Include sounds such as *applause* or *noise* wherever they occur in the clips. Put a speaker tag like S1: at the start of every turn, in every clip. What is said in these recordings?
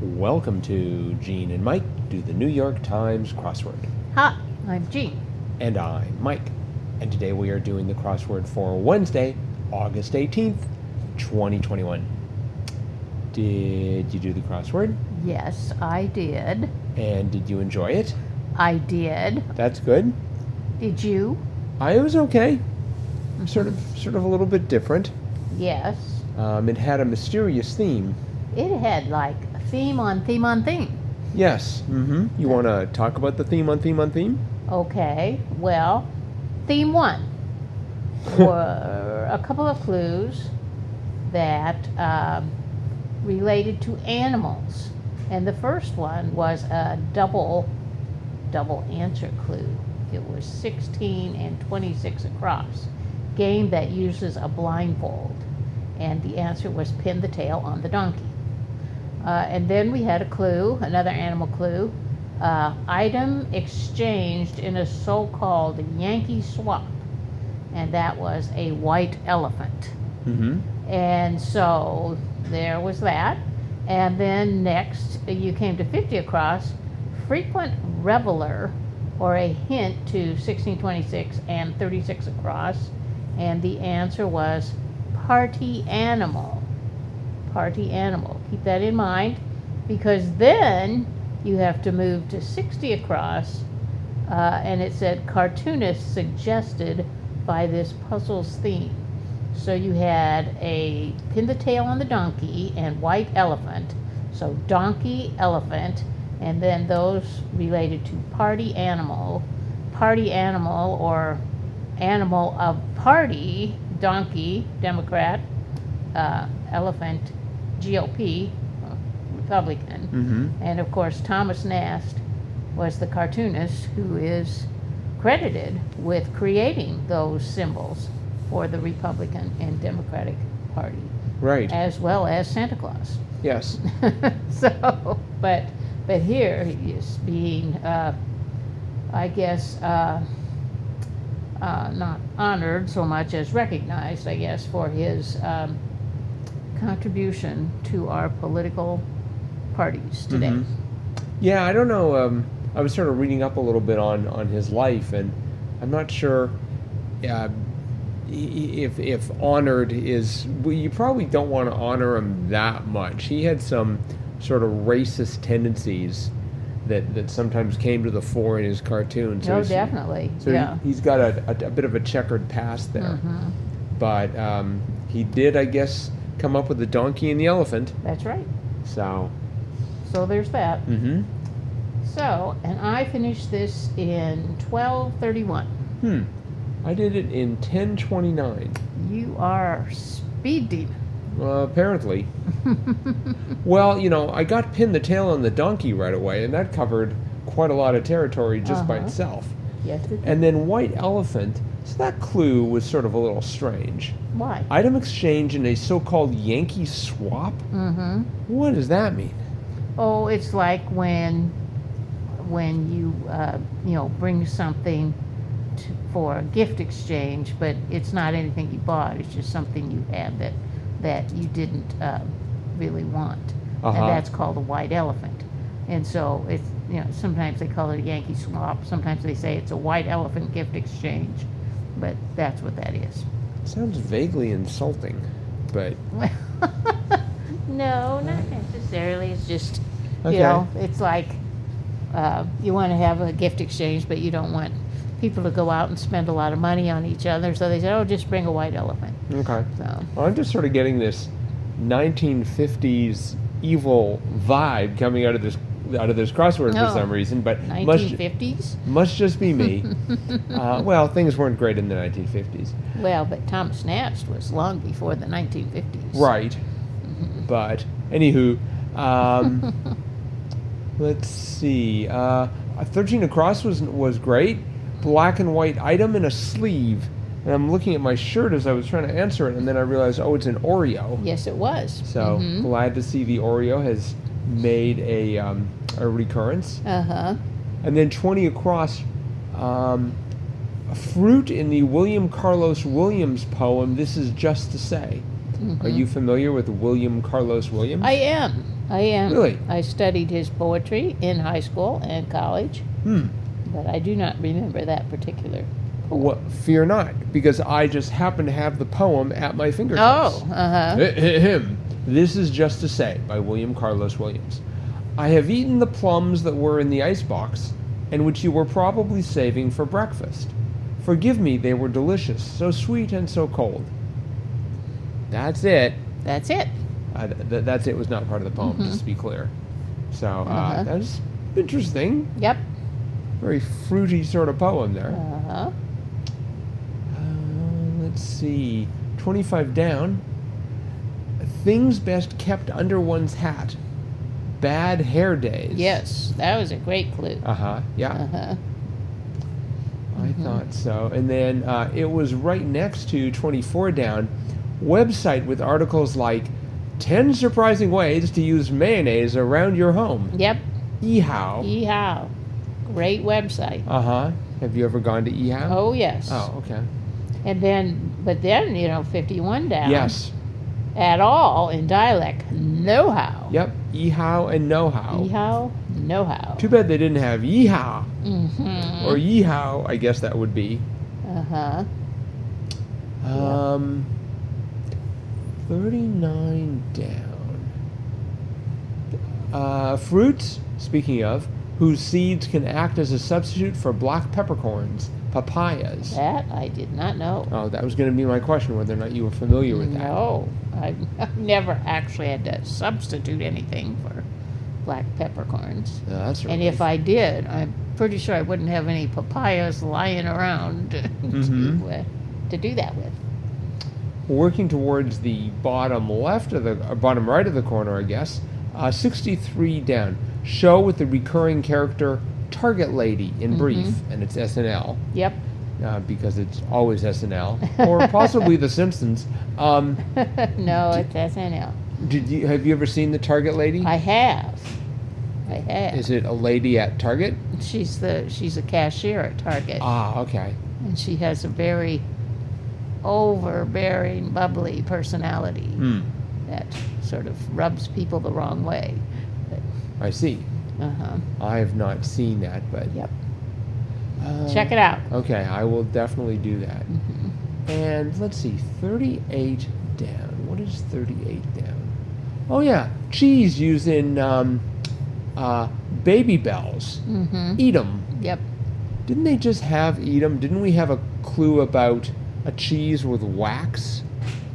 S1: Welcome to Gene and Mike do the New York Times crossword.
S2: Hi, I'm Jean.
S1: And I'm Mike. And today we are doing the crossword for Wednesday, August 18th, 2021. Did you do the crossword?
S2: Yes, I did.
S1: And did you enjoy it?
S2: I did.
S1: That's good.
S2: Did you?
S1: I was okay. Sort of, sort of a little bit different.
S2: Yes.
S1: Um, it had a mysterious theme.
S2: It had like a theme on theme on theme.
S1: Yes. Mm-hmm. You want to talk about the theme on theme on theme?
S2: Okay, well, theme one were a couple of clues that um, related to animals. And the first one was a double, double answer clue. It was 16 and 26 across. Game that uses a blindfold. And the answer was pin the tail on the donkey. Uh, and then we had a clue, another animal clue. Uh, item exchanged in a so called Yankee swap. And that was a white elephant.
S1: Mm-hmm.
S2: And so there was that. And then next, you came to 50 across frequent reveler or a hint to 1626 and 36 across. And the answer was party animal. Party animal. Keep that in mind because then you have to move to 60 across. Uh, and it said cartoonist suggested by this puzzle's theme. So you had a pin the tail on the donkey and white elephant. So donkey, elephant, and then those related to party animal, party animal or animal of party, donkey, Democrat, uh, elephant, GOP, uh, Republican.
S1: Mm-hmm.
S2: And of course, Thomas Nast was the cartoonist who is credited with creating those symbols for the Republican and Democratic Party,
S1: Right.
S2: as well as Santa Claus. *laughs*
S1: yes.
S2: so, but but here he is being, uh, I guess, uh, uh, not honored so much as recognized, I guess, for his um, contribution to our political parties today.
S1: Mhm. Yeah, I don't know. Um, I was sort of reading up a little bit on, on his life, and I'm not sure uh, i- if if honored is. Well, you probably don't want to honor him that much. He had some sort of racist tendencies that, that sometimes came to the fore in his cartoons.
S2: oh,
S1: he's-
S2: definitely.
S1: So
S2: yeah.
S1: he, has got a, a, a bit of a checkered past there.
S2: Mhm.
S1: But um, he did, I guess, come up with the donkey and the elephant.
S2: That's right.
S1: So.
S2: So there's that.
S1: Mm-hmm.
S2: So, and I finished this in 1231.
S1: Hmm. I did it in 1029.
S2: You are speed demon.
S1: Uh, apparently. Well, you know, I got pinned the tail on the donkey right away, and that covered quite a lot of territory just by
S2: Uh-huh.
S1: itself.
S2: yes, it-
S1: And then white elephant. So that clue was sort of a little strange.
S2: why?
S1: Item exchange in a so-called Yankee swap.
S2: Mm-hmm.
S1: What does that mean?
S2: Oh, it's like when, when you, uh, you know, bring something to, for a gift exchange, but it's not anything you bought. It's just something you had that, that you didn't uh, really want,
S1: Uh-huh.
S2: and that's called a white elephant. And so it's, you know, sometimes they call it a Yankee swap. Sometimes they say it's a white elephant gift exchange, but that's what that is.
S1: Sounds vaguely insulting, but
S2: Well, *laughs* no, not necessarily. It's just,
S1: Okay.
S2: you know, it's like uh, you want to have a gift exchange, but you don't want people to go out and spend a lot of money on each other. So they said, oh, just bring a white elephant.
S1: okay.
S2: So,
S1: Well, I'm just sort of getting this 1950s evil vibe coming out of this out of this crossword
S2: Oh.
S1: for some reason, but must
S2: 1950s?
S1: must just be me. uh, well, things weren't great in the 1950s,
S2: Well, but Thomas Nast was long before the 1950s.
S1: right? But anywho, um, let's see. Uh, 13 across was was great. Black and white item in a sleeve, and I'm looking at my shirt as I was trying to answer it, and then I realized, oh, it's an Oreo.
S2: Yes, it was.
S1: So
S2: Mm-hmm.
S1: glad to see the Oreo has made a, um, a recurrence.
S2: Uh huh.
S1: And then 20 across, um, a fruit in the William Carlos Williams poem, This Is Just to Say. Are you familiar with William Carlos Williams?
S2: Mm-hmm. I am. I am.
S1: Really?
S2: I studied his poetry in high school and college,
S1: Hmm.
S2: but I do not remember that particular.
S1: What? Fear not, because I just happen to have the poem at my fingertips.
S2: Oh, uh huh.
S1: Ahem. This is just to say by William Carlos Williams. I have eaten the plums that were in the icebox and which you were probably saving for breakfast. Forgive me, they were delicious, so sweet and so cold. That's it.
S2: That's it.
S1: Uh, th- th- that's it was not part of the poem, just to be clear. So uh,
S2: Uh-huh.
S1: that's interesting.
S2: Yep.
S1: Very fruity sort of poem there.
S2: Uh huh.
S1: Uh, let's see. 25 down. Things best kept under one's hat. Bad hair days.
S2: Yes, that was a great clue.
S1: Uh huh. Yeah,
S2: Uh huh. Mm-hmm.
S1: I thought so. And then uh, it was right next to 24 down. Website with articles like 10 surprising ways to use mayonnaise around your home.
S2: Yep. E-,
S1: Ehow.
S2: Yeehaw. Great website.
S1: Uh huh. Have you ever gone to Ehow?
S2: Oh yes.
S1: Oh, okay.
S2: And then, but then you know, fifty-one down.
S1: Yes.
S2: At all in dialect, know how.
S1: Yep. Ehow and know how.
S2: Yeehaw, know how.
S1: Too bad they didn't have Yeehaw.
S2: Mm-hmm.
S1: or yeehaw, I guess that would be.
S2: Uh huh. Yeah.
S1: Um, 39 down. Uh, fruits, speaking of, whose seeds can act as a substitute for black peppercorns, papayas.
S2: That I did not know.
S1: Oh, that was going to be my question whether or not you were familiar with that.
S2: No, I- I've *laughs* never actually had to substitute anything for black peppercorns.
S1: No, that's
S2: And if I did, I'm pretty sure I wouldn't have any papayas lying around *laughs* to,
S1: Mhm.
S2: uh, to do that with.
S1: working towards the bottom left of the or bottom right of the corner, I guess. Uh, 63 down. Show with the recurring character Target Lady
S2: Mm-hmm.
S1: in brief, and it's SNL
S2: Yep. *laughs*
S1: uh, because it's always SNL or possibly The Simpsons. Um,
S2: no, it's SNL.
S1: did you have you ever seen the Target Lady?
S2: I have. I have.
S1: Is it a lady at Target?
S2: she's the she's a cashier at Target,
S1: Ah, okay.
S2: and she has a very overbearing, bubbly personality.
S1: Hmm.
S2: that sort of rubs people the wrong way.
S1: I see.
S2: Uh-huh.
S1: I have not seen that, but
S2: Yep.
S1: uh,
S2: Check it out.
S1: Okay, I will definitely do that.
S2: Mhm.
S1: And let's see, 38 down. What is 38 down? Oh, yeah, cheese used in um, uh, baby bells.
S2: Mhm.
S1: Eat 'em.
S2: Yep.
S1: Didn't they just have eat 'em? Didn't we have a clue about a cheese with wax?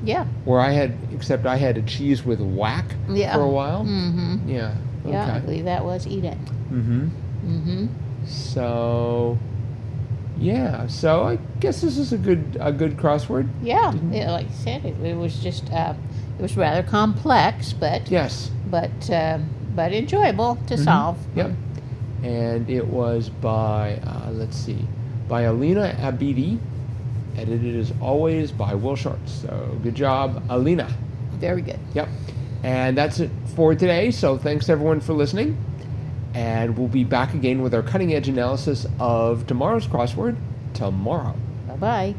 S2: Yeah.
S1: Where I had, except I had a cheese with whack
S2: Yeah.
S1: for a while?
S2: Mhm.
S1: Yeah.
S2: Yeah, I
S1: Okay.
S2: believe that was Eden.
S1: Mm-hmm.
S2: Mhm.
S1: So, yeah. So I guess this is a good a good crossword.
S2: Yeah.
S1: Mm-hmm.
S2: yeah. Like I said, it, it was just uh, it was rather complex, but
S1: Yes.
S2: but uh, but enjoyable to
S1: Mhm.
S2: solve.
S1: Yep. And it was by, uh, let's see, by Alina Abidi, edited as always by Will Shorts. So good job, Alina.
S2: Very good.
S1: Yep. And that's it for today. So thanks everyone for listening. And we'll be back again with our cutting edge analysis of tomorrow's crossword tomorrow.
S2: Bye bye.